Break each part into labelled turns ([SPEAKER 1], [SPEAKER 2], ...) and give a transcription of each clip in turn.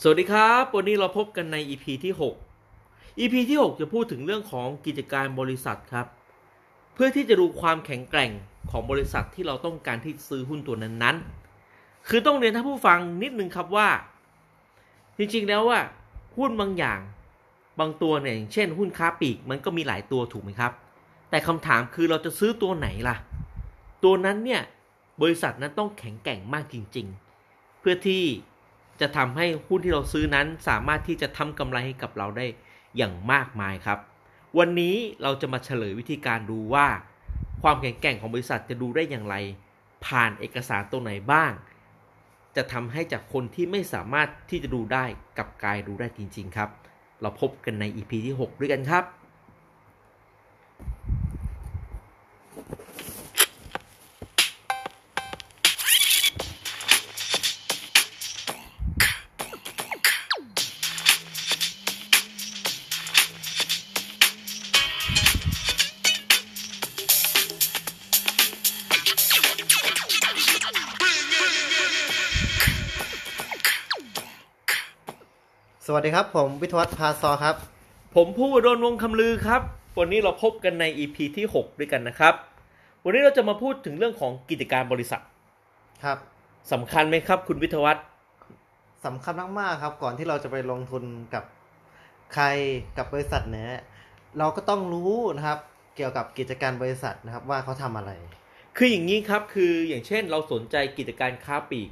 [SPEAKER 1] สวัสดีครับ วันนี้เราพบกันใน EP ที่ 6 EP ที่ 6 จะพูดถึงเรื่องของกิจการบริษัทครับ เพื่อที่จะดูความแข็งแกร่งของบริษัทที่เราต้องการที่ซื้อหุ้นตัวนั้นๆ คือต้องเรียนท่านผู้ฟังนิดนึงครับว่า จริงๆแล้วว่าหุ้นบางอย่าง บางตัวเนี่ยอย่างเช่น หุ้นค้าปลีกมันก็มีหลายตัวถูกไหมครับ แต่คำถามคือเราจะซื้อตัวไหนล่ะ ตัวนั้นเนี่ยบริษัทนั้นต้องแข็งแกร่งมากจริง ๆ เพื่อที่จะทำให้หุ้นที่เราซื้อนั้นสามารถที่จะทำกำไรให้กับเราได้อย่างมากมายครับ วันนี้เราจะมาเฉลยวิธีการดูว่า ความแข็งแกร่งของบริษัทจะดูได้อย่างไร ผ่านเอกสารตัวไหนบ้าง จะทำให้จากคนที่ไม่สามารถที่จะดูได้กลับกลายดูได้จริง ๆ ครับ เราพบกันใน EP ที่ 6 ด้วยกันครับ
[SPEAKER 2] สวัสดีครับ ผมวิทยวัฒน์พาซอครับ
[SPEAKER 1] ผมผู้วดลวงคำลือครับ วันนี้เราพบกันใน EP ที่ 6 ด้วยกันนะครับ วันนี้เราจะมาพูดถึงเรื่องของกิจการบริษัท
[SPEAKER 2] ครับ
[SPEAKER 1] สำคัญไหมครับ คุณวิทยวัฒน์
[SPEAKER 2] สำคัญมากๆครับ ก่อนที่เราจะไปลงทุนกับใครกับบริษัทเนี่ยเราก็ต้องรู้นะครับ เกี่ยวกับกิจการบริษัทนะครับ ว่าเขาทำอะไร
[SPEAKER 1] คืออย่างนี้ครับ คืออย่างเช่นเราสนใจกิจการค้าปลีก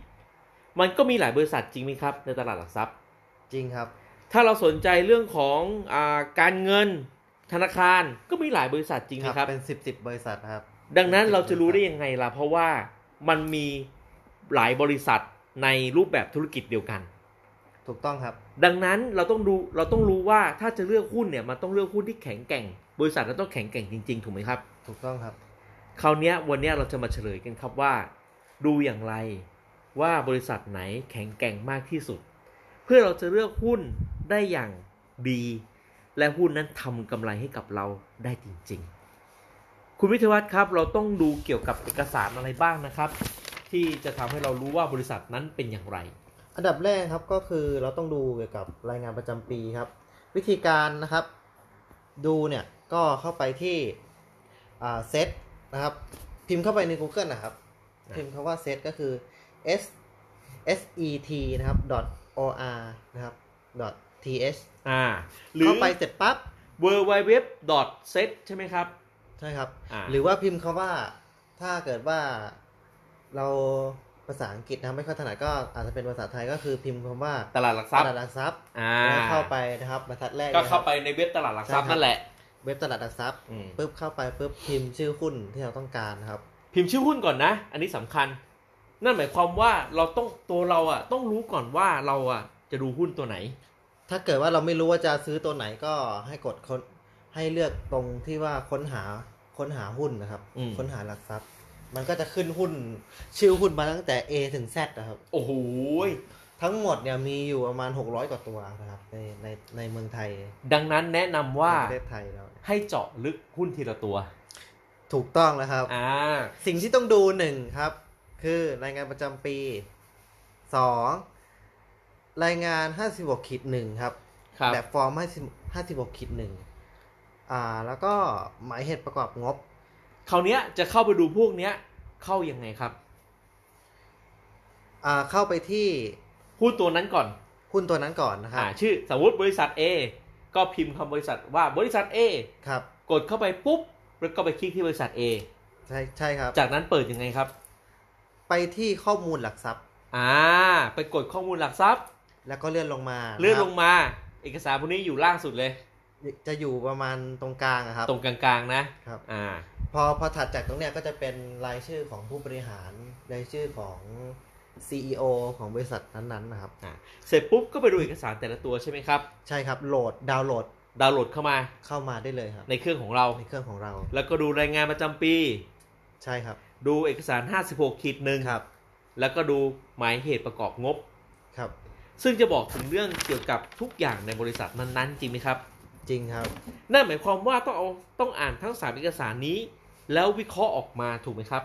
[SPEAKER 1] มันก็มีหลายบริษัทจริงไหมครับ ในตลาดหลักทรัพย์
[SPEAKER 2] จริงครับ
[SPEAKER 1] ถ้าเราสนใจเรื่องของอาการเงินธนาคารก็มีหลายบริษัทจริงไหมครับ
[SPEAKER 2] เป็นสิบสิบบริษัทครับ
[SPEAKER 1] ดังนั้นเราจะรู้ได้ยังไงล่ะ เพราะว่ามันมีหลายบริษัทในรูปแบบธุรกิจเดียวกัน
[SPEAKER 2] ถูกต้องครับ
[SPEAKER 1] ดังนั้นเราต้องดูเราต้องรู้ว่าถ้าจะเลือกหุ้นเนี่ยมันต้องเลือกหุ้นที่แข็งแกร่ง บริษัทเราต้องแข็งแกร่งจริงๆถูกไหมครับ
[SPEAKER 2] ถูกต้องครับ
[SPEAKER 1] คราวเนี้ยวันเนี้ยเราจะมาเฉลยกันครับว่า ดูอย่างไรว่าบริษัทไหนแข็งแกร่งมากที่สุด เพื่อเราจะเลือกหุ้นได้อย่างดี และหุ้นนั้นทำกำไรให้กับเราได้จริงๆ คุณวิทยวัฒน์ครับ เราต้องดูเกี่ยวกับเอกสารอะไรบ้างนะครับ ที่จะทำให้เรารู้ว่าบริษัทนั้นเป็นอย่างไร
[SPEAKER 2] อันดับแรกครับก็คือเราต้องดูเกี่ยวกับรายงานประจำปีครับ วิธีการนะครับ ดูเนี่ยก็เข้าไปที่อ่าเซตนะครับ พิมพ์เข้าไปใน Google นะครับ
[SPEAKER 1] ครับ
[SPEAKER 2] พิมพ์คำว่าเซตก็คือ s s e t นะครับ dot o r นะครับ dot t h
[SPEAKER 1] อ่าหรือ
[SPEAKER 2] เข้าไปเสร็จปั๊บ
[SPEAKER 1] w w w s e t ใช่ไหมครับ
[SPEAKER 2] ใช่ครับ
[SPEAKER 1] อ่า
[SPEAKER 2] หรือว่าพิมพ์คำว่าถ้าเกิดว่าเราภาษาอังกฤษนะครับไม่ค่อยถนัดก็อาจจะเป็นภาษาไทยก็คือพิมพ์คำว่า
[SPEAKER 1] ตลาดหลักท
[SPEAKER 2] ต
[SPEAKER 1] รัพย์
[SPEAKER 2] ลาดหลักทรัพย์
[SPEAKER 1] อ่า
[SPEAKER 2] แล้วเข้าไปนะครับบรรทัดแรก
[SPEAKER 1] ก็
[SPEAKER 2] นะครับ
[SPEAKER 1] เข้าไปในเว็บตลาดหลักทรัพย์
[SPEAKER 2] ใช่ครับ
[SPEAKER 1] นั่นแหละ
[SPEAKER 2] เว็บตลาดหลักทรัพย์
[SPEAKER 1] อืม
[SPEAKER 2] ปุ๊บเข้าไปปุ๊บพิมพ์ชื่อหุ้นที่เราต้องการนะครับ
[SPEAKER 1] พิมพ์ชื่อหุ้นก่อนนะ อันนี้สำคัญ นั่นหมายความว่าเราต้องตัวเราอ่ะต้องรู้ก่อนว่าเราอ่ะจะดูหุ้นตัวไหน
[SPEAKER 2] ถ้าเกิดว่าเราไม่รู้ว่าจะซื้อตัวไหนก็ให้กดค้นให้เลือกตรงที่ว่าค้นหาค้นหาหุ้นนะครับ
[SPEAKER 1] อืม
[SPEAKER 2] ค้นหาหลักทรัพย์ มันก็จะขึ้นหุ้นชื่อหุ้นมาตั้งแต่ A ถึง Z นะครับ
[SPEAKER 1] โอ้โหย
[SPEAKER 2] ทั้งหมดเนี่ยมีอยู่ประมาณ 600 กว่าตัวนะครับในในในเมืองไทย
[SPEAKER 1] ดังนั้นแนะนำว่า
[SPEAKER 2] ในประเทศไทยเรา
[SPEAKER 1] ให้เจาะลึกหุ้นทีละตัว
[SPEAKER 2] ถูกต้องแล้วครับ
[SPEAKER 1] อ่า
[SPEAKER 2] สิ่งที่ต้องดูหนึ่งครับ คือรายงานประจำปีสองรายงาน 56ขีดหนึ่งครับ
[SPEAKER 1] ครับ
[SPEAKER 2] แบบฟอร์ม50 56ขีดหนึ่งอ่า แล้วก็หมายเหตุประกอบงบ
[SPEAKER 1] คราวเนี้ยจะเข้าไปดูพวกเนี้ย เข้ายังไงครับ
[SPEAKER 2] อ่า เข้าไปที่
[SPEAKER 1] หุ้นตัวนั้นก่อน
[SPEAKER 2] หุ้นตัวนั้นก่อนนะครับ
[SPEAKER 1] อ่า ชื่อสมมติบริษัท A ก็พิมพ์คำบริษัทว่าบริษัท A
[SPEAKER 2] ครับ
[SPEAKER 1] กดเข้าไปปุ๊บ แล้วก็ไปคลิกที่บริษัท A
[SPEAKER 2] ใช่ใช่ครับ
[SPEAKER 1] จากนั้นเปิดยังไงครับ
[SPEAKER 2] ไปที่ข้อมูลหลักทรัพย์
[SPEAKER 1] อ่า ไปกดข้อมูลหลักทรัพย์
[SPEAKER 2] แล้วก็เลื่อนลงมา
[SPEAKER 1] เลื่อน
[SPEAKER 2] ครับ
[SPEAKER 1] ลงมา เอกสารพวกนี้อยู่ล่างสุดเลย
[SPEAKER 2] จะอยู่ประมาณตรงกลางอะครับ
[SPEAKER 1] ตรงกลางๆ นะ
[SPEAKER 2] ครับ
[SPEAKER 1] อ่า
[SPEAKER 2] พอพอถัดจากตรงเนี้ยก็จะเป็นรายชื่อของผู้บริหาร รายชื่อของ CEO ของบริษัทนั้นๆนะครับ
[SPEAKER 1] อ่า เสร็จปุ๊บก็ไปดูเอกสารแต่ละตัวใช่ไหมครับ
[SPEAKER 2] ใช่ครับโหลดดาวน์โหลด
[SPEAKER 1] ดาวน์โหลดเข้ามา
[SPEAKER 2] เข้ามาได้เลยครับ
[SPEAKER 1] ในเครื่องของเรา
[SPEAKER 2] ในเครื่องของเรา
[SPEAKER 1] แล้วก็ดูรายงานประจำปี
[SPEAKER 2] ใช่ครับ
[SPEAKER 1] ดูเอกสาร 56ขีดหนึ่ง
[SPEAKER 2] ครับ
[SPEAKER 1] แล้วก็ดูหมายเหตุประกอบงบ
[SPEAKER 2] ครับ
[SPEAKER 1] ซึ่งจะบอกถึงเรื่องเกี่ยวกับทุกอย่างในบริษัทนั้นๆ จริงไหมครับ
[SPEAKER 2] จริงครับ
[SPEAKER 1] นั่นหมายความว่าต้องเอาต้องอ่านทั้งสามเอกสารนี้ แล้ววิเคราะห์ออกมาถูกไหมครับ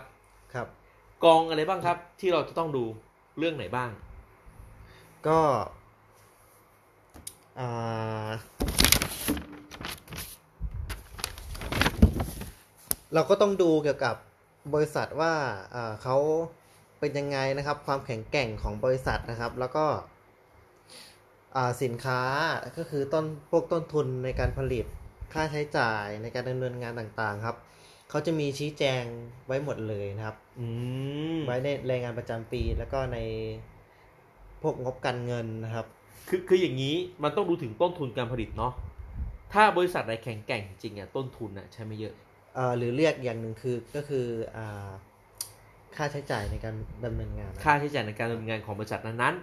[SPEAKER 2] ครับ
[SPEAKER 1] กองอะไรบ้างครับ ที่เราจะต้องดูเรื่องไหนบ้าง
[SPEAKER 2] ก็ อ่าเราก็ต้องดูเกี่ยวกับบริษัทว่าอ่าเขาเป็นยังไงนะครับ ความแข็งแกร่งของบริษัทนะครับ แล้วก็อ่าสินค้าก็คือต้นพวกต้นทุนในการผลิตค่าใช้จ่ายในการดำเนินงานต่างๆครับเขาจะมีชี้แจงไว้หมดเลยนะครับ
[SPEAKER 1] อืม
[SPEAKER 2] ไว้ในรายงานประจำปีแล้วก็ในพวกงบการเงินนะครับ
[SPEAKER 1] คือคืออย่างนี้มันต้องดูถึงต้นทุนการผลิตเนาะถ้าบริษัทไหนแข็งแกร่งจริงอ่ะต้นทุนอ่ะใช้ไม่เยอะ
[SPEAKER 2] เอ่อหรือเรียกอย่างหนึ่งคือก็คืออ่าค่าใช้จ่ายในการดำเนินงานนะ
[SPEAKER 1] ค่าใช้จ่ายในการดำเนินงานของบริษัทนั้น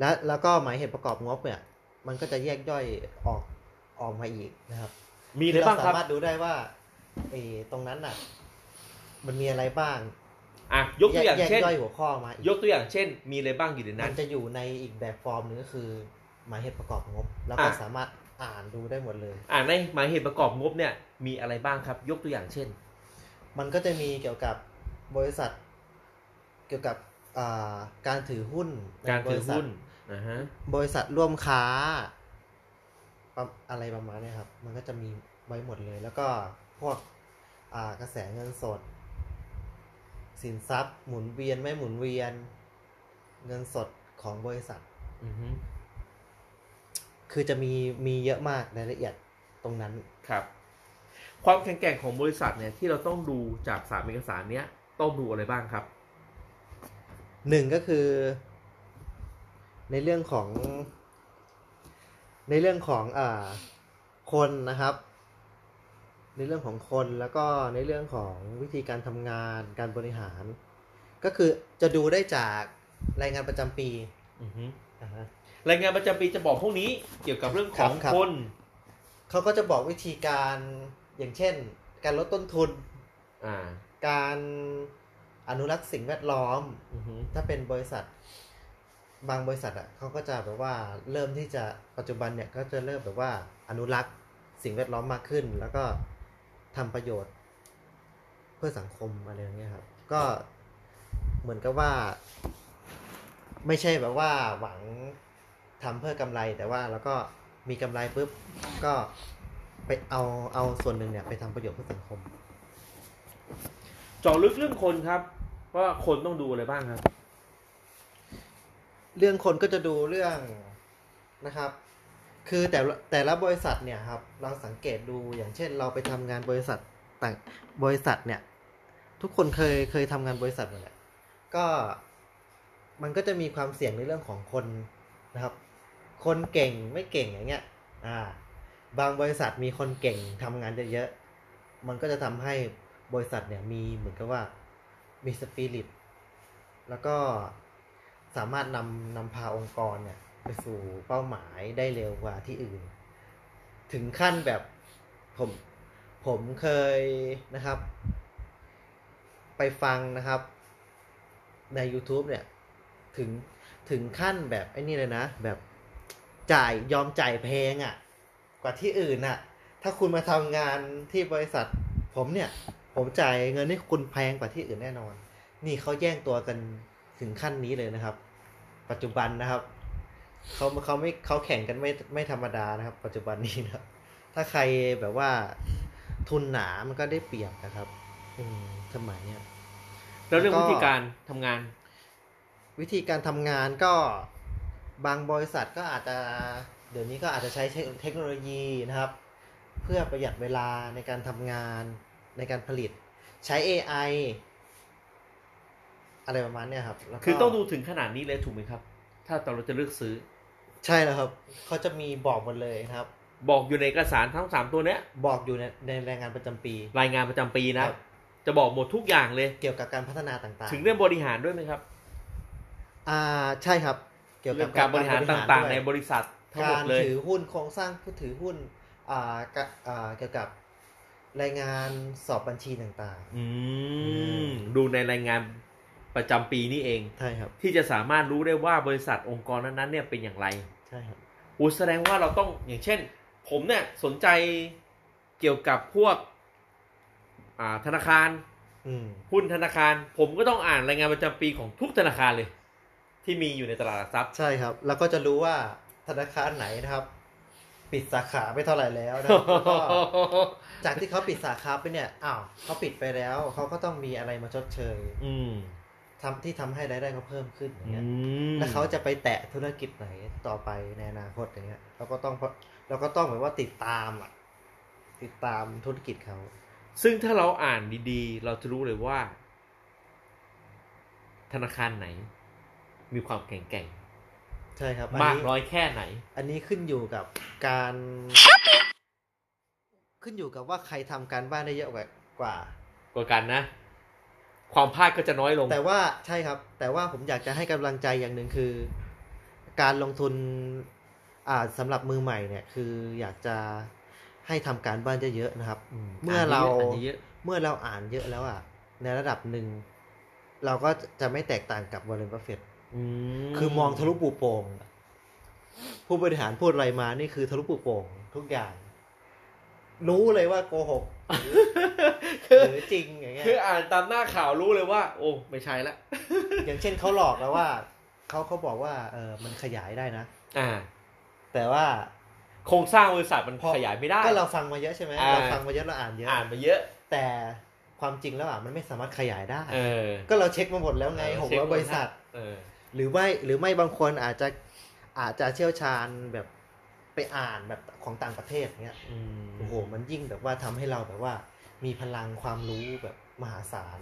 [SPEAKER 2] และแล้วก็หมายเหตุประกอบงบเนี่ยมันก็จะแยกย่อยออกออกมาอีกนะครับ
[SPEAKER 1] ๆมีอะไรบ้างค
[SPEAKER 2] เสา
[SPEAKER 1] รับ
[SPEAKER 2] มารถดูได้ว่าไอ้ตรงนั้นน่ะมันมีอะไรบ้าง
[SPEAKER 1] อ่ะยกตัวอย่าง
[SPEAKER 2] แก
[SPEAKER 1] เช่น
[SPEAKER 2] ย่อยหัวข้อมาอีก
[SPEAKER 1] ยกตัวอย่างเช่น มีอะไรบ้างอยู่ใน
[SPEAKER 2] มั
[SPEAKER 1] นั้น
[SPEAKER 2] นจะอยู่ในอีกแบบฟอร์มหนึงก็คือหมายเหตุประกอบงบ แล้วก็
[SPEAKER 1] อ่ะ
[SPEAKER 2] สามารถอ่านดูได้หมดเลย
[SPEAKER 1] อ่าในหมายเหตุประกอบงบเนี่ยมีอะไรบ้างครับ ยกตัวอย่างเช่น
[SPEAKER 2] มันก็จะมีเกี่ยวกับบริษัท เกี่ยวกับอ่าการถือหุ้นใน
[SPEAKER 1] การถือ
[SPEAKER 2] บริษั
[SPEAKER 1] หุ้
[SPEAKER 2] ท
[SPEAKER 1] นนะฮะ
[SPEAKER 2] บริษัทร่วมค้าประอะไรประมาณเนี้ครับ มันก็จะมีไว้หมดเลย แล้วก็พวกอ่ากระแสเงินสด สินทรัพย์ หมุนเวียนไม่หมุนเวียน เงินสดของบริษัท
[SPEAKER 1] อือฮึ
[SPEAKER 2] คือจะมีมีเยอะมากรายละเอียดตรงนั้น
[SPEAKER 1] ครับ ความแข็งแกร่งของบริษัทเนี่ยที่เราต้องดูจากสามเอกสารเนี้ยต้องดูอะไรบ้างครับ
[SPEAKER 2] หนึ่งก็คือ ในเรื่องของ ในเรื่องของอ่าคนนะครับ ในเรื่องของคนแล้วก็ในเรื่องของวิธีการทำงานการบริหาร ก็คือจะดูได้จากรายงานประจำปี
[SPEAKER 1] อือฮึ
[SPEAKER 2] นะฮะ
[SPEAKER 1] รายงานประจำปีจะบอกพวกนี้เกี่ยวกับเรื่องของ
[SPEAKER 2] ครับครับ
[SPEAKER 1] คน
[SPEAKER 2] เขาก็จะบอกวิธีการอย่างเช่น การลดต้นทุน
[SPEAKER 1] อ่า
[SPEAKER 2] การอนุรักษ์สิ่งแวดล้อม
[SPEAKER 1] อือฮึ
[SPEAKER 2] ถ้าเป็นบริษัทบางบริษัทอ่ะเขาก็จะแบบว่าเริ่มที่จะปัจจุบันเนี่ยก็จะเริ่มแบบว่าอนุรักษ์สิ่งแวดล้อมมากขึ้น แล้วก็ทำประโยชน์ เพื่อสังคมอะไรอย่างเงี้ยครับ ก็เหมือนกับว่า ไม่ใช่แบบว่าหวังทำเพื่อกำไร แต่ว่าแล้วก็มีกำไรปุ๊บก็ไปเอาเอาส่วนหนึ่งเนี่ยไปทำประโยชน์เพื่อสังคม
[SPEAKER 1] เจาะลึกเรื่องคนครับ ว่าคนต้องดูอะไรบ้างครับ
[SPEAKER 2] เรื่องคนก็จะดูเรื่องนะครับ คือแต่ละแต่ละบริษัทเนี่ยครับ เราสังเกตดูอย่างเช่น เราไปทำงานบริษัทต่างบริษัทเนี่ย ทุกคนเคยเคยทำงานบริษัทหมดแหละก็มันก็จะมีความเสี่ยงในเรื่องของคนนะครับ คนเก่งไม่เก่งอย่างเงี้ย อ่า บางบริษัทมีคนเก่งทำงานเยอะๆมันก็จะทำให้บริษัทเนี่ยมีเหมือนกับว่ามีสปิริต แล้วก็สามารถนำนำพาองค์กรเนี่ยไปสู่เป้าหมายได้เร็วกว่าที่อื่น ถึงขั้นแบบผมผมเคยนะครับ ไปฟังนะครับ ใน YouTube เนี่ย ถึงถึงขั้นแบบไอ้นี่เลยนะ แบบจ่ายยอมจ่ายแพงอะ่ะ กว่าที่อื่นอ่ะ ถ้าคุณมาทำงานที่บริษัท ผมเนี่ย ผมจ่ายเงินให้คุณแพงกว่าที่อื่นแน่นอน นี่เขาแย่งตัวกันถึงขั้นนี้เลยนะครับ ปัจจุบันนะครับเขาเขาไม่เขาแข่งกันไม่ไม่ธรรมดานะครับ ปัจจุบันนี้นะครับ ถ้าใครแบบว่าทุนหนามันก็ได้เปรียบนะครับ อืมสมัยเนี้ย
[SPEAKER 1] แล้วเรื่อง
[SPEAKER 2] แล้วก็
[SPEAKER 1] วิธีการทำงาน
[SPEAKER 2] วิธีการทำงานก็บางบริษัทก็อาจจะเดี๋ยวนี้ก็อาจจะใช้เทคโนโลยีนะครับ เพื่อประหยัดเวลาในการทำงานในการผลิตใช้ AI อะไรประมาณเนี้ยครับแล้วก็
[SPEAKER 1] คือต้องดูถึงขนาดนี้เลยถูกไหมครับ ถ้าตอนเราจะเลือกซื้อ
[SPEAKER 2] ใช่แล้วครับเขาจะมีบอกหมดเลยนะครับ
[SPEAKER 1] บอกอยู่ในเอกสารทั้งสามตัวเนี้ย
[SPEAKER 2] บอกอยู่ในในรายงานประจำปี
[SPEAKER 1] รายงานประจำปีนะ
[SPEAKER 2] ครับ
[SPEAKER 1] จะบอกหมดทุกอย่างเลย
[SPEAKER 2] เกี่ยวกับการพัฒนาต่างๆ
[SPEAKER 1] ถึงเรื่องบริหารด้วยไหมครับ
[SPEAKER 2] อ่าใช่ครับ เกี่ยว
[SPEAKER 1] เรื่อ
[SPEAKER 2] กั
[SPEAKER 1] บ งการบริหารต่าง
[SPEAKER 2] ด้ว
[SPEAKER 1] ๆ
[SPEAKER 2] ย
[SPEAKER 1] ในบริษัททั้งหม
[SPEAKER 2] กา
[SPEAKER 1] ด
[SPEAKER 2] ร
[SPEAKER 1] เลย
[SPEAKER 2] ถือหุ้นโครงสร้างผู้ถือหุ้นอ่ากะอ่าเกี่ยวกับรายงานสอบบัญชีต่าง
[SPEAKER 1] อืม
[SPEAKER 2] ม
[SPEAKER 1] ดูในรายงานประจำปีนี่เอง
[SPEAKER 2] ๆ ใช่ครับ
[SPEAKER 1] ที่จะสามารถรู้ได้ว่าบริษัทองค์กรนั้นๆเนี่ยเป็นอย่างไร
[SPEAKER 2] ใช่ครับ
[SPEAKER 1] อุยแสดงว่าเราต้องอย่างเช่น ผมเนี่ยสนใจเกี่ยวกับพวกอ่าธนาคาร
[SPEAKER 2] อืม
[SPEAKER 1] หุ้นธนาคาร ผมก็ต้องอ่านรายงานประจำปีของทุกธนาคารเลย ที่มีอยู่ในตลาดหลักทรัพย์
[SPEAKER 2] ใช่ครับ แล้วก็จะรู้ว่าธนาคารไหนนะครับ ปิดสาขาไปเท่าไหร่แล้วนะครับแล้วก็จากที่เขาปิดสาขาไปเนี่ยอ้าวเขาปิดไปแล้วเขาก็ต้องมีอะไรมาชดเชย
[SPEAKER 1] อืม
[SPEAKER 2] ทำที่ทำให้รายได้เขาเพิ่มขึ้นอย่าง
[SPEAKER 1] อื
[SPEAKER 2] เงี้ย
[SPEAKER 1] ม
[SPEAKER 2] แล้วเขาจะไปแตะธุรกิจไหนต่อไปในอนาคตอย่างเงี้ยเราก็ต้องเราก็ต้องแบบว่าติดตามอ่ะติดตามธุรกิจเขา
[SPEAKER 1] ซึ่งถ้าเราอ่านดีๆ เราจะรู้เลยว่า ธนาคารไหน มีความแข็งแกร่ง
[SPEAKER 2] ใช่ครับ
[SPEAKER 1] มาก
[SPEAKER 2] นี้
[SPEAKER 1] น้อยแค่ไหน
[SPEAKER 2] อันนี้ขึ้นอยู่กับการ ขึ้นอยู่กับว่าใครทำการบ้านได้เยอะกว่ากว่า
[SPEAKER 1] กว่ากันนะ ความพลาดก็จะน้อยลง
[SPEAKER 2] แต่ว่าใช่ครับ แต่ว่าผมอยากจะให้กำลังใจอย่างหนึ่งคือ การลงทุนอ่าสำหรับมือใหม่เนี่ย คืออยากจะให้ทำการบ้านเยอะๆนะครับ
[SPEAKER 1] อื
[SPEAKER 2] เมื่อเรา
[SPEAKER 1] นนี้ยอะ
[SPEAKER 2] เมื่อเราอ่านเยอะแล้วอ่ะ ในระดับหนึ่ง เราก็จะไม่แตกต่างกับวอร์เรนบัฟเฟต
[SPEAKER 1] อืม
[SPEAKER 2] คือมองทะลุปูโป่งผู้บริหารพูดอะไรมานี่คือทะลุปูโป่งทุกอย่าง รู้เลยว่าโกห ก
[SPEAKER 1] คือ
[SPEAKER 2] หรือจริงอย่างเงี้ย
[SPEAKER 1] คืออ่านตามหน้าข่าวรู้เลยว่า โอ้ไม่ใช่ละ
[SPEAKER 2] อย่างเช่นเขาหลอกแล้วว่าเขาเขาบอกว่าเออมันขยายได้นะ
[SPEAKER 1] อ่า
[SPEAKER 2] แต่ว่า
[SPEAKER 1] โครงสร้างบริษัทมันขยายไม่ได้
[SPEAKER 2] ก็เราฟังมาเยอะใช่ไหม
[SPEAKER 1] อ่า
[SPEAKER 2] เราฟังมาเยอะเราอ่านเยอะ
[SPEAKER 1] อ่านมาเยอะ
[SPEAKER 2] แต่ความจริงแล้วอ่ะมันไม่สามารถขยายได้
[SPEAKER 1] เออ
[SPEAKER 2] ก็เราเช็คมาหมดแล้วไงหกร้อยบริษัท
[SPEAKER 1] เออ
[SPEAKER 2] หรือไม่หรือไม่บางคนอาจจะอาจจะเชี่ยวชาญแบบไปอ่านแบบของต่างประเทศเนี้ย
[SPEAKER 1] อืม
[SPEAKER 2] โอ้โหมันยิ่งแบบว่าทำให้เราแบบว่า มีพลังความรู้แบบมหาศาล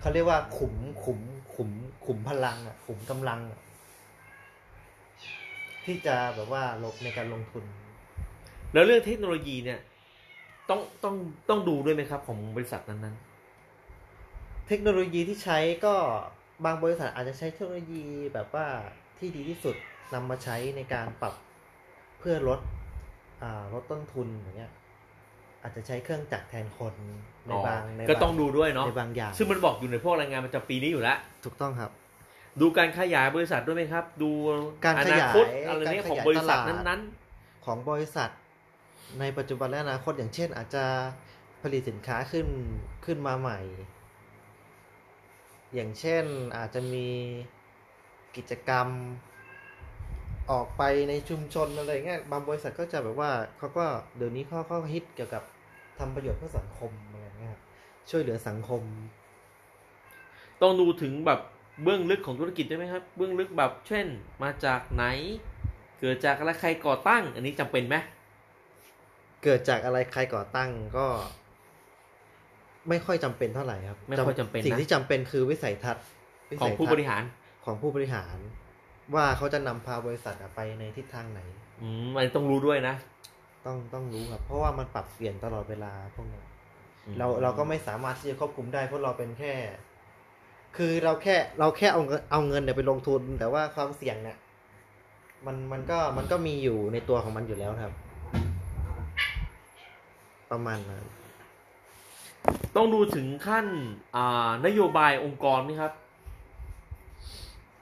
[SPEAKER 2] เขาเรียกว่าขุมขุมขุมขุมพลังอ่ะขุมกำลังอะที่จะแบบว่าลบในการลงทุน
[SPEAKER 1] แล้วเรื่องเทคโนโลยีเนี่ย ต้องต้องต้องดูด้วยไหมครับ ของบริษัทนั้น
[SPEAKER 2] เทคโนโลยีที่ใช้ก็บางบริษัทอาจจะใช้เทคโนโลยีแบบว่าที่ดีที่สุดนำมาใช้ในการปรับเพื่อลดอ่าลดต้นทุนอย่างเงี้ยอาจจะใช้เครื่องจักรแทนคน
[SPEAKER 1] ๆ
[SPEAKER 2] ใน
[SPEAKER 1] อ๋อบ
[SPEAKER 2] างใน
[SPEAKER 1] ก็
[SPEAKER 2] บา
[SPEAKER 1] ต้องดูด้วยเนาะ
[SPEAKER 2] ในบางอย่าง
[SPEAKER 1] ซึ่งมันบอกอยู่ในพวกรายงานประจำปีนี้อยู่แล้ว
[SPEAKER 2] ถูกต้องครับ
[SPEAKER 1] ดูการขยายบริษัทด้วยไหมครับ ดู
[SPEAKER 2] การ
[SPEAKER 1] อ
[SPEAKER 2] ข
[SPEAKER 1] นาย
[SPEAKER 2] าย
[SPEAKER 1] คตอะไรเนี่ย
[SPEAKER 2] การขยาย
[SPEAKER 1] ของบริษัท
[SPEAKER 2] ตลาด
[SPEAKER 1] นั้น
[SPEAKER 2] ของบริษัท ในปัจจุบันและอนาคตอย่างเช่น อาจจะผลิตสินค้าขึ้นขึ้นมาใหม่ อย่างเช่นอาจจะมีกิจกรรมออกไปในชุมชนอะไรเงี้ยบางบริษัทก็จะแบบว่าเขาก็เดี๋ยวนี้เขาเขาฮิตเกี่ยวกับทำประโยชน์เพื่อสังคมอะไรเงี้ยครับช่วยเหลือสังคม
[SPEAKER 1] ๆ ต้องดูถึงแบบเบื้องลึกของธุรกิจด้วยไหมครับ เบื้องลึกแบบเช่น มาจากไหน เกิดจากอะไรใครก่อตั้ง อันนี้จำเป็นไหม
[SPEAKER 2] เกิดจากอะไรใครก่อตั้งก็ ไม่ค่อยจำเป็นเท่าไหร่ครับ
[SPEAKER 1] ไม่ค่อยจำเป็น
[SPEAKER 2] สิ่ง
[SPEAKER 1] นะ
[SPEAKER 2] ที่จำเป็นคือวิสัยทัศน์วิ
[SPEAKER 1] ขอ
[SPEAKER 2] สั
[SPEAKER 1] ง
[SPEAKER 2] ยทัศน์
[SPEAKER 1] ผู้บริหาร
[SPEAKER 2] ของผู้บริหารว่าเขาจะนำพาบริษัทอะไปในทิศทางไหน
[SPEAKER 1] อืมอันนี้ต้องรู้ด้วยนะ
[SPEAKER 2] ต้องต้องรู้ครับ เพราะว่ามันปรับเปลี่ยนตลอดเวลาพวกเนี้ยเราเราก็ไม่สามารถที่จะควบคุมได้เพราะเราเป็นแค่ คือเราแค่เราแค่เอาเงินเอาเงินเนี่ยไปลงทุน แต่ว่าความเสี่ยงเนี่ยมันมันก็มันก็มีอยู่ในตัวของมันอยู่แล้วครับ ประมาณนั้น
[SPEAKER 1] ต้องดูถึงขั้นอ่านโยบายองค์กรไหมครับ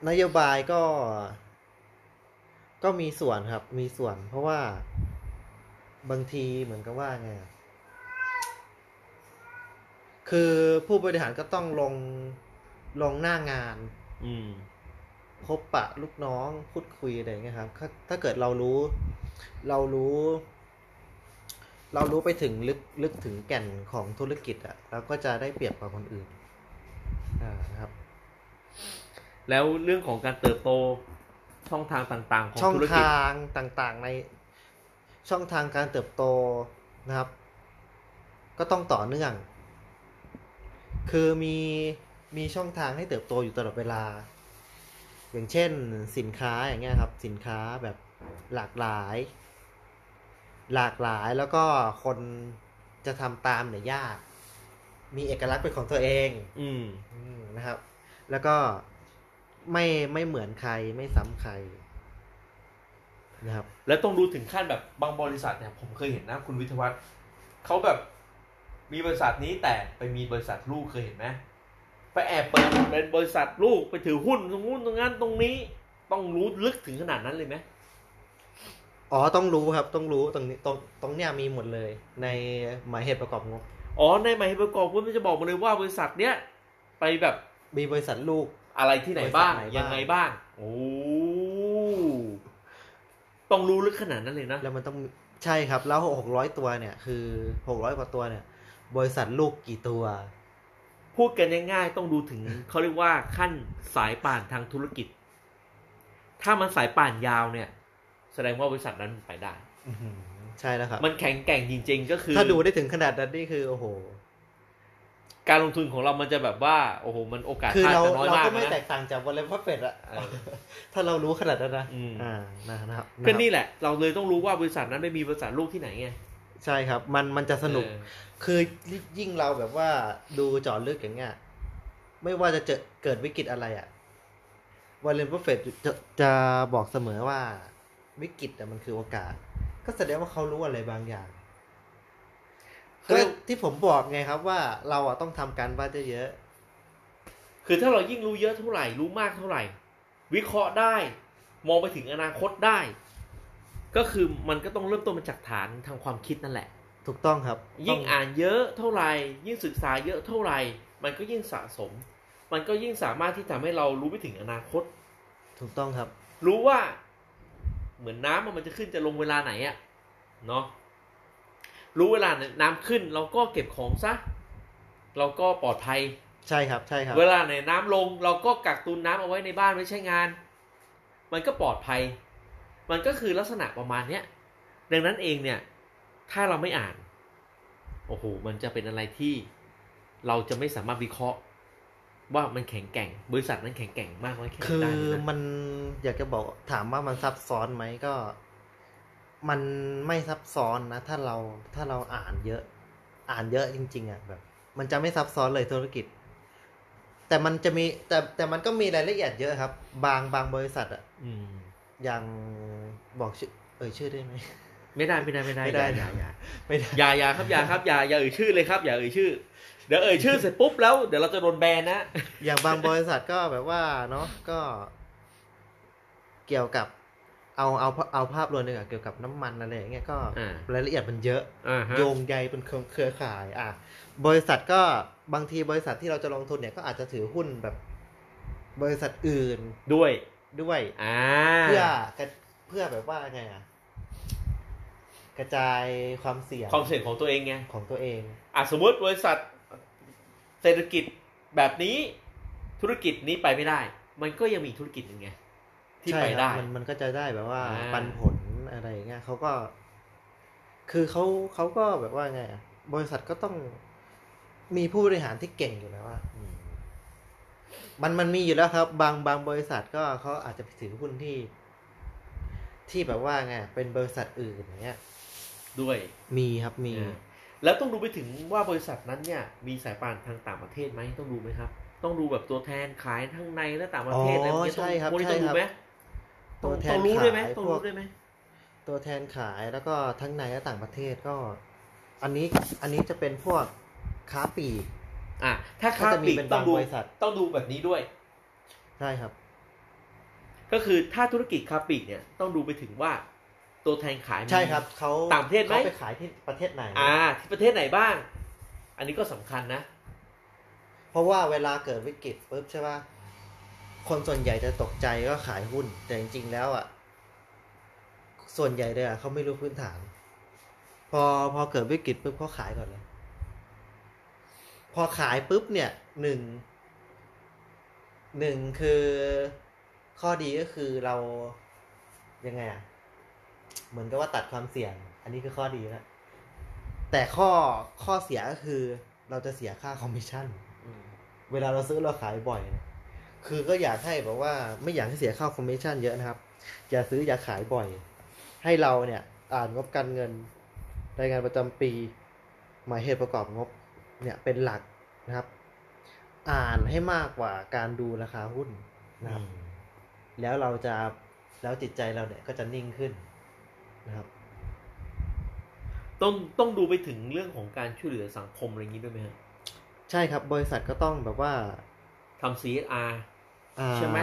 [SPEAKER 2] นโยบายก็ ก็มีส่วนครับ มีส่วน เพราะว่าบางทีเหมือนกับว่าไงอะ คือผู้บริหารก็ต้องลงลงหน้างาน
[SPEAKER 1] อืม
[SPEAKER 2] พบปะลูกน้องพูดคุยอะไรอย่างเงี้ยครับถ้าถ้าเกิดเรารู้ เรารู้ เรารู้ไปถึงลึกลึกถึงแก่นของธุรกิจอะเราก็จะได้เปรียบกว่าคนอื่นอ่านะครับ
[SPEAKER 1] แล้วเรื่องของการเติบโตช่องทางต่างๆ ของ
[SPEAKER 2] ช่อง
[SPEAKER 1] ธุรกิจ
[SPEAKER 2] ทางต่างๆในช่องทางการเติบโตนะครับ ก็ต้องต่อเนื่อง คือมีมีช่องทางให้เติบโตอยู่ตลอดเวลา อย่างเช่นสินค้าอย่างเงี้ยครับ สินค้าแบบหลากหลาย หลากหลายแล้วก็คนจะทำตามเนี่ยยาก มีเอกลักษณ์เป็นของตัวเอง
[SPEAKER 1] อืม
[SPEAKER 2] อืมนะครับ แล้วก็ไม่ไม่เหมือนใครไม่ซ้ำใครนะครับ
[SPEAKER 1] แล้วต้องรู้ถึงขั้นแบบบางบริษัทเนี่ยผมเคยเห็นนะคุณวิทยวัฒน์เขาแบบมีบริษัทนี้แต่ไปมีบริษัทลูกเคยเห็นไหมไปแอบเปิดเป็นบริษัทลูกไปถือหุ้นตรงนู้นตรงนั้นตรงนี้ ต้องรู้ลึกถึงขนาดนั้นเลยไหม
[SPEAKER 2] อ๋อต้องรู้ครับ ต้องรู้ตรงนี้ตรงตรงเนี้ยมีหมดเลย ในหมายเหตุประกอบงบ
[SPEAKER 1] อ๋อในหมายประกอบคุณมันจะบอกมาเลยว่าบริษัทเนี้ยไปแบบ
[SPEAKER 2] มีบริษัทลูก
[SPEAKER 1] อะไรที่ไหนบ้าง
[SPEAKER 2] บริษัทไหนบ้าง
[SPEAKER 1] ยังไงบ้างโอ้ ต้องรู้ลึกขนาดนั้นเลยนะ
[SPEAKER 2] แล้วมันต้องใช่ครับ แล้วหกร้อยตัวเนี่ยคือหกร้อยกว่าตัวเนี่ย บริษัทลูกกี่ตัว
[SPEAKER 1] พูดกันง่ายๆต้องดูถึง เขาเรียกว่าขั้นสายป่านทางธุรกิจ ถ้ามันสายป่านยาวเนี่ย แสดงว่าบริษัทนั้นไปได้
[SPEAKER 2] อื้อหือใช่แล้วครับ
[SPEAKER 1] มันแข็งแกร่งจริง ๆ ก็คือ
[SPEAKER 2] ถ้าดูได้ถึงขนาดนั้นนี่คือโอ้โห
[SPEAKER 1] การลงทุนของเรามันจะแบบว่า โอ้โห มันโอกาส
[SPEAKER 2] คือ
[SPEAKER 1] พลาด
[SPEAKER 2] เรา
[SPEAKER 1] จะน้อย
[SPEAKER 2] เรา
[SPEAKER 1] มาก
[SPEAKER 2] ก็ไม่
[SPEAKER 1] นะ
[SPEAKER 2] แตกต่างจากวอลเลย์บัฟเฟตอะ
[SPEAKER 1] เออ
[SPEAKER 2] ถ้าเรารู้ขนาดนั้นนะ
[SPEAKER 1] อืม
[SPEAKER 2] อ่านะครับ
[SPEAKER 1] ก็นี่แหละ เราเลยต้องรู้ว่าบริษัทนั้นไม่มีบริษัทลูกที่ไหนไง
[SPEAKER 2] ใช่ครับ มันมันจะสนุก
[SPEAKER 1] เออ
[SPEAKER 2] คือยิ่งเราแบบว่าดูเจอดลึกอย่างเงี้ยไม่ว่าจะเจอเกิดวิกฤตอะไรอะวอลเลย์บัฟเฟตจะจะบอกเสมอว่าวิกฤตอะมันคือโอกาส ก็แสดงว่าเขารู้อะไรบางอย่าง
[SPEAKER 1] เขา
[SPEAKER 2] ก็
[SPEAKER 1] เรียก
[SPEAKER 2] ที่ผมบอกไงครับว่าเราอะต้องทำการบ้านเยอะ
[SPEAKER 1] คือถ้าเรายิ่งรู้เยอะเท่าไหร่ รู้มากเท่าไหร่ วิเคราะห์ได้ มองไปถึงอนาคตได้ ก็คือมันก็ต้องเริ่มต้นมาจากฐานทางความคิดนั่นแหละ
[SPEAKER 2] ๆถูกต้องครับ
[SPEAKER 1] ยิ่ง
[SPEAKER 2] ต้อง
[SPEAKER 1] อ่านเยอะเท่าไหร่ยิ่งศึกษาเยอะเท่าไหร่ มันก็ยิ่งสะสม มันก็ยิ่งสามารถที่ทำให้เรารู้ไปถึงอนาคต
[SPEAKER 2] ถูกต้องครับ
[SPEAKER 1] รู้ว่าเหมือนน้ำอะมันจะขึ้นจะลงเวลาไหนอะเนาะรู้เวลาไหนน้ำขึ้นเราก็เก็บของซะ เราก็ปลอดภัย
[SPEAKER 2] ใช่ครับ ใช่ครับ
[SPEAKER 1] เวลาไหนน้ำลง เราก็กักตุนน้ำเอาไว้ในบ้านไว้ใช้งาน มันก็ปลอดภัย มันก็คือลักษณะประมาณเนี้ยดังนั้นเองเนี่ย ถ้าเราไม่อ่าน โอ้โห มันจะเป็นอะไรที่ เราจะไม่สามารถวิเคราะห์ ว่ามันแข็งแกร่ง บริษัทนั้นแข็งแกร่งมากน้อยแค่ไหน
[SPEAKER 2] คือ
[SPEAKER 1] ได้เลยนะ
[SPEAKER 2] มันอยากจะบอกถามว่ามันซับซ้อนไหมก็ มันไม่ซับซ้อนนะ ถ้าเราถ้าเราอ่านเยอะ อ่านเยอะจริง ๆอ่ะแบบ มันจะไม่ซับซ้อนเลยธุรกิจ แต่มันจะมีแต่แต่มันก็มีรายละเอียดเยอะครับ บางบางบริษัทอ่ะ
[SPEAKER 1] อืม
[SPEAKER 2] อย่างบอกชื่อเอ่ยชื่อได้ไหม
[SPEAKER 1] ไม่ได้ไม่ได้ไม่ได้
[SPEAKER 2] ไม่ได้
[SPEAKER 1] อย่าอย่า
[SPEAKER 2] ไม่ได้
[SPEAKER 1] อย่าอย่าอย่าครับอย่าครับอย่าอย่าเอ่ยชื่อเลยครับ อย่าเอ่ยชื่อ เดี๋ยวเอ่ยชื่อเสร็จปุ๊บแล้วเดี๋ยวเราจะโดนแบนนะ
[SPEAKER 2] อย่างบางบริษัทก็แบบว่าเนาะก็ เกี่ยวกับเอาเอาเอาภาพรวมหนึ่งอะเกี่ยวกับน้ำมันอะไรอย่างเงี้ยก็
[SPEAKER 1] อ่า
[SPEAKER 2] รายละเอียดมันเยอะ
[SPEAKER 1] อ่าฮะ
[SPEAKER 2] โยงใยเป็นเครือเครือข่ายอ่ะบริษัทก็บางทีบริษัทที่เราจะลงทุนเนี่ยก็อาจจะถือหุ้นแบบ บริษัทอื่น
[SPEAKER 1] ด้วย
[SPEAKER 2] ด้วย
[SPEAKER 1] อ่า
[SPEAKER 2] เพื่อกระเพื่อแบบว่าไงอ่ะกระจายความเสี่ยง
[SPEAKER 1] ความเสี่ยงของตัวเองไง
[SPEAKER 2] ของตัวเอง
[SPEAKER 1] อ่ะสมมติบริษัทเศรษฐกิจแบบนี้ธุรกิจนี้ไปไม่ได้ มันก็ยังมีธุรกิจหนึ่งไงที่
[SPEAKER 2] ใช่
[SPEAKER 1] ไป
[SPEAKER 2] ครับ
[SPEAKER 1] ได้
[SPEAKER 2] มันมันก็จะได้แบบว่า
[SPEAKER 1] อ่า
[SPEAKER 2] ปันผลอะไรอย่างเงี้ยเขาก็ คือเขาเขาก็แบบว่าไงอะบริษัทก็ต้องมีผู้บริหารที่เก่งอยู่แล้วว่ามันมันมีอยู่แล้วครับ บางบางบริษัทก็เขาอาจจะไปถือหุ้นที่ ที่แบบว่าไงอะเป็นบริษัทอื่นอย่างเงี้ย
[SPEAKER 1] ด้วย
[SPEAKER 2] มีครับมี
[SPEAKER 1] อ่าแล้วต้องดูไปถึงว่าบริษัทนั้นเนี่ย มีสายป่านทางต่างประเทศไหมต้องดูไหมครับ ต้องดูแบบตัวแทนขายทั้งในและต่างประเทศอะไรพวกเนี้ย
[SPEAKER 2] อ๋อใช่ครับ
[SPEAKER 1] พวกนี้ต้อง
[SPEAKER 2] ใช่
[SPEAKER 1] ดู
[SPEAKER 2] ครับ
[SPEAKER 1] ไหมต้อ
[SPEAKER 2] ตั
[SPEAKER 1] ง
[SPEAKER 2] วแทน
[SPEAKER 1] ต้องรู้ด้วยไหม
[SPEAKER 2] ขาย
[SPEAKER 1] ต้อง
[SPEAKER 2] พว
[SPEAKER 1] รู้
[SPEAKER 2] ก
[SPEAKER 1] ด้วยไหม
[SPEAKER 2] ตัวแทนขายแล้วก็ทั้งในและต่างประเทศก็ อันนี้อันนี้จะเป็นพวกค้าปลีก
[SPEAKER 1] อ่ะถ้าค้า
[SPEAKER 2] ก็จะ
[SPEAKER 1] ป
[SPEAKER 2] มี
[SPEAKER 1] ลีก
[SPEAKER 2] เป็น
[SPEAKER 1] ต้อง
[SPEAKER 2] บาง
[SPEAKER 1] ดู
[SPEAKER 2] บริษัท
[SPEAKER 1] ต้องดูแบบนี้ด้วย
[SPEAKER 2] ใช่ครับ
[SPEAKER 1] ก็คือถ้าธุรกิจค้าปลีกเนี่ยต้องดูไปถึงว่าตัวแทนขายมี
[SPEAKER 2] ใช่ครับเขา
[SPEAKER 1] ต่างประเทศไหม
[SPEAKER 2] เขาไปขายที่ประเทศไหน
[SPEAKER 1] อ่าที่ประเทศไหนบ้าง อันนี้ก็สำคัญนะ
[SPEAKER 2] เพราะว่าเวลาเกิดวิกฤตปุ๊บใช่ป่ะ คนส่วนใหญ่จะตกใจก็ขายหุ้น แต่จริงๆแล้วอ่ะ ส่วนใหญ่เลยอ่ะเขาไม่รู้พื้นฐาน พอพอเกิดวิกฤตปุ๊บเขาขายก่อนเลย พอขายปุ๊บเนี่ยหนึ่งหนึ่งคือข้อดีก็คือเรายังไงอ่ะ เหมือนกับว่าตัดความเสี่ยง อันนี้คือข้อดีนะแต่ข้อข้อเสียก็คือเราจะเสียค่าคอมมิชชั่น เวลาเราซื้อเราขายบ่อยเนี่ยคือก็อยากให้แบบว่าไม่อยากให้เสียค่าคอมมิชชั่นเยอะนะครับ อย่าซื้ออย่าขายบ่อย ให้เราเนี่ย อ่านงบการเงิน รายงานประจำปีหมายเหตุประกอบงบ เนี่ยเป็นหลักนะครับ อ่านให้มากกว่าการดูราคาหุ้นนะครับ แล้วเราจะแล้วจิตใจเราเนี่ยก็จะนิ่งขึ้นนะครับ
[SPEAKER 1] ต้องต้องดูไปถึงเรื่องของการช่วยเหลือสังคมอะไรอย่างนี้ด้วยไหมฮะ
[SPEAKER 2] ใช่ครับบริษัทก็ต้องแบบว่า
[SPEAKER 1] ทำ CSR
[SPEAKER 2] อ่า
[SPEAKER 1] ใช่ไหม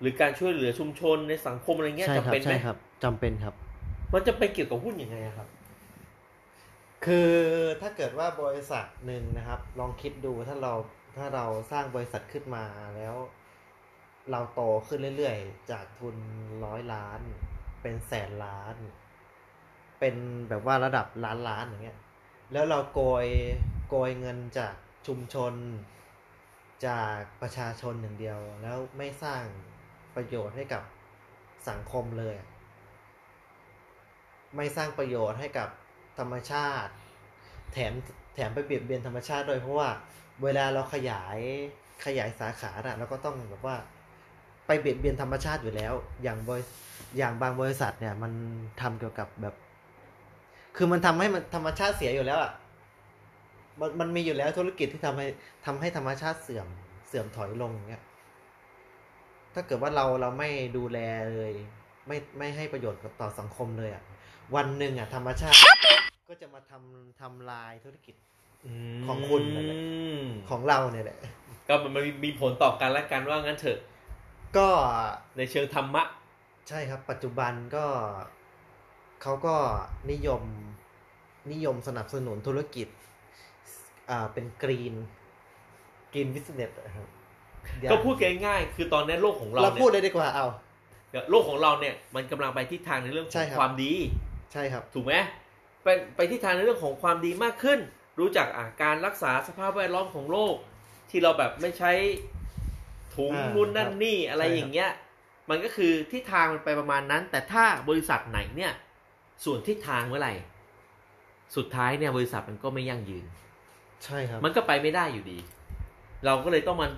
[SPEAKER 1] หรือการช่วยเหลือชุมชนในสังคมอะไรเงี้ย
[SPEAKER 2] ใช่ค
[SPEAKER 1] จำ
[SPEAKER 2] รับ
[SPEAKER 1] เป็นไหม
[SPEAKER 2] ใช่ครับจำเป็นครับ
[SPEAKER 1] มันจะไปเกี่ยวกับหุ้นยังไงอะครับ
[SPEAKER 2] คือถ้าเกิดว่าบริษัทหนึ่งนะครับ ลองคิดดูถ้าเราถ้าเราสร้างบริษัทขึ้นมาแล้ว เราโตขึ้นเรื่อยๆ จากทุนร้อยล้าน เป็นแสนล้าน เป็นแบบว่าระดับล้านล้านอย่างเงี้ย แล้วเราโกยโกยเงินจากชุมชน จากประชาชนอย่างเดียว แล้วไม่สร้างประโยชน์ให้กับสังคมเลยอะไม่สร้างประโยชน์ให้กับธรรมชาติ แถมแถมไปเบียดเบียนธรรมชาติด้วยเพราะว่าเวลาเราขยายขยายสาขาอะเราก็ต้องแบบว่า ไปเบียดเบียนธรรมชาติอยู่แล้ว อย่างบริอย่างบางบริษัทเนี่ย มันทำเกี่ยวกับแบบ คือมันทำให้มันธรรมชาติเสียอยู่แล้วอะมันมันมีอยู่แล้วธุรกิจที่ทำให้ทำให้ธรรมชาติเสื่อมเสื่อมถอยลงอย่างเงี้ยถ้าเกิดว่าเราเราไม่ดูแลเลย ไม่ไม่ให้ประโยชน์กับต่อสังคมเลยอะวันหนึ่งอะธรรมชาติ ก็จะมาทำทำลายธุรกิจ ของคุณนั่นแหละ
[SPEAKER 1] ม
[SPEAKER 2] ของเราเนี่ยแหละ
[SPEAKER 1] ก็มันมีมีผลต่อกันและกันว่างั้นเถอะ
[SPEAKER 2] ก็
[SPEAKER 1] ในเชิงธรรมะ
[SPEAKER 2] ใช่ครับ ปัจจุบันก็เขาก็นิยมนิยมสนับสนุนธุรกิจอ่าเป็นกรีนกรีนวิสเนสครับเยว
[SPEAKER 1] ก็พูดง่ายๆคือตอนนี้โลกของเรา
[SPEAKER 2] เราพูด
[SPEAKER 1] เนี่ย
[SPEAKER 2] เลยดีกว่าเอา
[SPEAKER 1] เดี๋ยวโลกของเราเนี่ยมันกำลังไปทิศทางในเรื่องข
[SPEAKER 2] ใช่
[SPEAKER 1] อง
[SPEAKER 2] ครับ
[SPEAKER 1] ความดี
[SPEAKER 2] ใช่ครับ
[SPEAKER 1] ถูกไหมไปไปทิศทางในเรื่องของความดีมากขึ้น รู้จักอ่ะการรักษาสภาพแวดล้อมของโลก ที่เราแบบไม่ใช้ถุง
[SPEAKER 2] อ่านู่
[SPEAKER 1] นู่นนั่
[SPEAKER 2] คน รับ
[SPEAKER 1] นี่อะไร
[SPEAKER 2] ใช่ครับ
[SPEAKER 1] อย่างเงี้ย มันก็คือทิศทางมันไปประมาณนั้น แต่ถ้าบริษัทไหนเนี่ย ส่วนทิศทางเมื่อไหร่ สุดท้ายเนี่ยบริษัทมันก็ไม่ยั่งยืน
[SPEAKER 2] ใช่ครับ
[SPEAKER 1] มันก็ไปไม่ได้อยู่ดี เราก็เลยต้องมา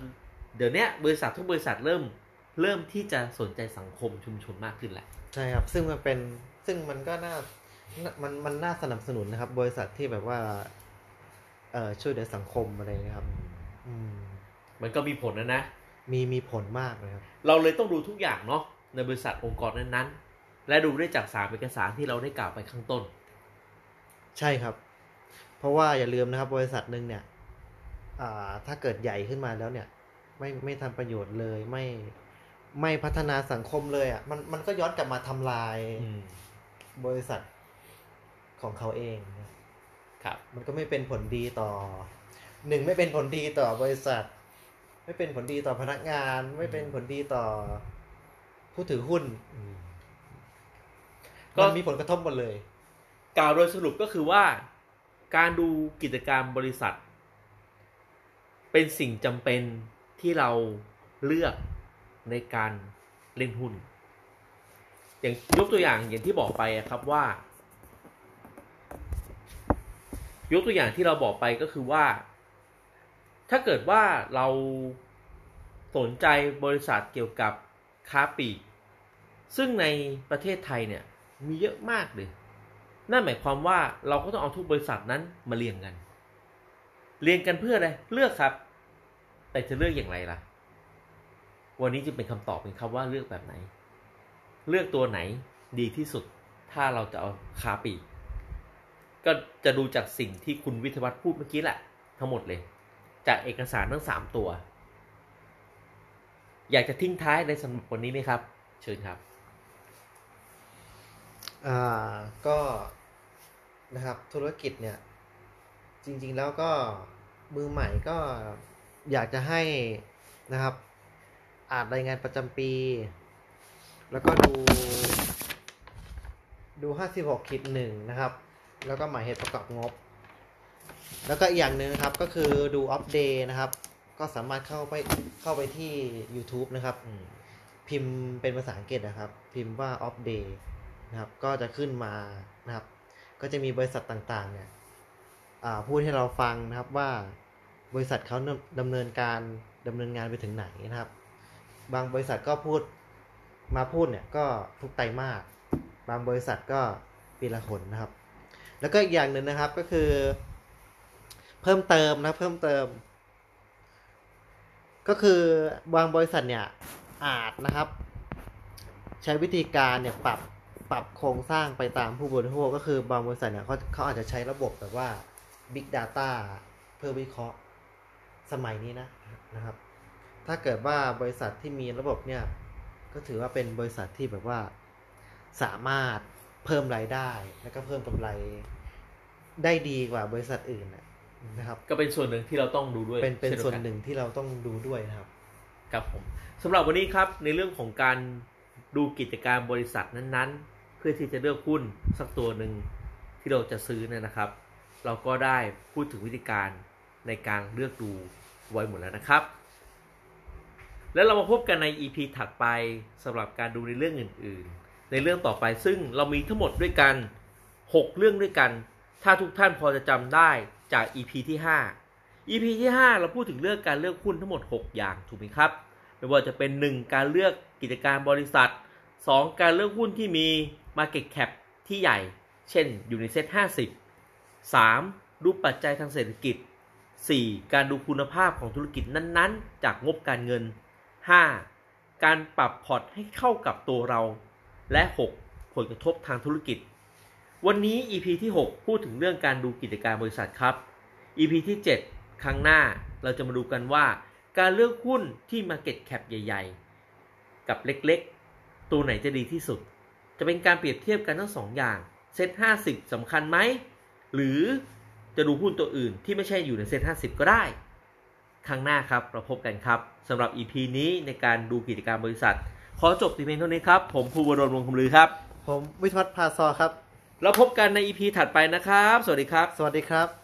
[SPEAKER 1] เดี๋ยวเนี้ยบริษัททุกบริษัทเริ่มเริ่มที่จะสนใจสังคมชุมชนมากขึ้นแหละ
[SPEAKER 2] ใช่ครับ ซึ่งมันเป็น ซึ่งมันก็น่าน่ามัน มันน่าสนับสนุนนะครับ บริษัทที่แบบว่า เอ่อ ช่วยเหลือสังคมอะไรนะครับ อืม
[SPEAKER 1] มันก็มีผลนะนะ
[SPEAKER 2] มี มีผลมากเลยครับ
[SPEAKER 1] เราเลยต้องดูทุกอย่างเนาะในบริษัทองค์กรนั้นๆ และดูได้จากสามเอกสารที่เราได้กล่าวไปข้างต้น
[SPEAKER 2] ใช่ครับ เพราะว่าอย่าลืมนะครับ บริษัทหนึ่งเนี่ย อ่า ถ้าเกิดใหญ่ขึ้นมาแล้วเนี่ย ไม่ ไม่ทำประโยชน์เลย ไม่ ไม่พัฒนาสังคมเลยอ่ะ มัน มันก็ย้อนกลับมาทำลายบริษัทของเขาเองนะครับ
[SPEAKER 1] ครับ
[SPEAKER 2] มันก็ไม่เป็นผลดีต่อหนึ่งไม่เป็นผลดีต่อบริษัท ไม่เป็นผลดีต่อพนักงาน ไม่เป็นผลดีต่อผู้ถือหุ้น
[SPEAKER 1] ก็
[SPEAKER 2] มันมีผลกระทบหมดเลย
[SPEAKER 1] กล่าวโดยสรุปก็คือว่าการดูกิจการบริษัท เป็นสิ่งจำเป็นที่เราเลือกในการเล่นหุ้น อย่างยกตัวอย่างอย่างที่บอกไปอะครับว่า ยกตัวอย่างที่เราบอกไปก็คือว่า ถ้าเกิดว่าเราสนใจบริษัทเกี่ยวกับค้าปลีกซึ่งในประเทศไทยเนี่ยมีเยอะมากเลย นั่นหมายความว่าเราก็ต้องเอาทุกบริษัทนั้นมาเรียงกัน เรียงกันเพื่ออะไร เลือกครับ แต่จะเลือกอย่างไรล่ะ วันนี้จะเป็นคำตอบเป็นคำว่าเลือกแบบไหน เลือกตัวไหนดีที่สุด ถ้าเราจะเอาคาปีกก็จะดูจากสิ่งที่คุณวิทยวัฒน์พูดเมื่อกี้แหละ ทั้งหมดเลย จากเอกสารทั้งสามตัว อยากจะทิ้งท้ายในสำหรับวันนี้ไหมครับ เชิญครับ
[SPEAKER 2] อ่าก็นะครับธุรกิจเนี่ย จริงๆแล้วก็มือใหม่ก็อยากจะให้นะครับ อ่านรายงานประจำปี แล้วก็ดู ดูห้าสิบหกคิดหนึ่งนะครับ แล้วก็หมายเหตุประกอบงบ แล้วก็อีกอย่างหนึ่งนะครับก็คือดูอัปเดตนะครับ ก็สามารถเข้าไปเข้าไปที่ YouTube นะครับ
[SPEAKER 1] อืม
[SPEAKER 2] พิมพ์เป็นภาษาอังกฤษนะครับ พิมพ์ว่า off day นะครับ ก็จะขึ้นมานะครับ ก็จะมีบริษัทต่างๆ เนี่ยอ่าพูดให้เราฟังนะครับว่าบริษัทเขาดำดำเนินการดำเนินงานไปถึงไหนนะครับ บางบริษัทก็พูดมาพูดเนี่ยก็ทุกไตรมาสบางบริษัทก็ปีละหนนะครับ แล้วก็อีกอย่างหนึ่งนะครับก็คือ เพิ่มเติมนะครับเพิ่มเติม ก็คือบางบริษัทเนี่ย อาจนะครับ ใช้วิธีการเนี่ยปรับปรับโครงสร้างไปตามผู้บริโภคก็คือบางบริษัทเนี่ยเขาเขาอาจจะใช้ระบบแบบว่า Big Data เพื่อวิเคราะห์สมัยนี้นะนะครับ ถ้าเกิดว่าบริษัทที่มีระบบเนี่ย ก็ถือว่าเป็นบริษัทที่แบบว่าสามารถเพิ่มรายได้ แล้วก็เพิ่มกำไรได้ดีกว่าบริษัทอื่นนะนะครับ
[SPEAKER 1] ก็เป็นส่วนหนึ่งที่เราต้องดูด้วย
[SPEAKER 2] เป็นเป็น
[SPEAKER 1] ช่ดี
[SPEAKER 2] ส่
[SPEAKER 1] ยว
[SPEAKER 2] วน
[SPEAKER 1] กั
[SPEAKER 2] หนึ่งที่เราต้องดูด้วยนะครับ
[SPEAKER 1] ครับผมสำหรับวันนี้ครับในเรื่องของการดูกิจการบริษัทนั้น พื่อที่จะเลือกหุ้นสักตัวหนึ่งที่เราจะซื้อเนี่ยนะครับ เราก็ได้พูดถึงวิธีการในการเลือกดูไว้หมดแล้วนะครับ แล้วเรามาพบกันใน EP ถัดไปสำหรับการดูในเรื่องอื่น ๆ ในเรื่องต่อไปซึ่งเรามีทั้งหมดด้วยกัน 6 เรื่องด้วยกัน ถ้าทุกท่านพอจะจำได้จาก EP ที่ 5 EP ที่ 5 เราพูดถึงเรื่องการเลือกหุ้นทั้งหมด 6 อย่างถูกไหมครับ ไม่ว่าจะเป็น 1 การเลือกกิจการบริษัท 2 การเลือกหุ้นที่มี Market Cap ที่ใหญ่ เช่นอยู่ในเซ็ต50 3. ดูปัจจัยทางเศรษฐกิจ 4. การดูคุณภาพของธุรกิจนั้นๆ จากงบการเงิน 5. การปรับพอร์ตให้เข้ากับตัวเรา และ 6. ผลกระทบทางธุรกิจ วันนี้ EP ที่ 6 พูดถึงเรื่องการดูกิจการบริษัทครับ EP ที่ 7 ครั้งหน้าเราจะมาดูกันว่า การเลือกหุ้นที่ Market Cap ใหญ่ ๆ กับเล็กๆ ตัวไหนจะดีที่สุด จะเป็นการเปรียบเทียบกันทั้งสองอย่าง เซ็ต50สำคัญไหม หรือจะดูหุ้นตัวอื่นที่ไม่ใช่อยู่ในเซ็ต50 ก็ได้ ครั้งหน้าครับ เราพบกันครับสำหรับ EP นี้ในการดูกิจการบริษัท ขอจบแต่เพียงเท่านี้ครับ ผมภูวรนวงศ์คำลือครับ
[SPEAKER 2] ผมวิทยวัฒน์พาซอครับ
[SPEAKER 1] แล้วพบกันใน EP ถัดไปนะครับ สวัสดีครับ
[SPEAKER 2] สวัสดีครับ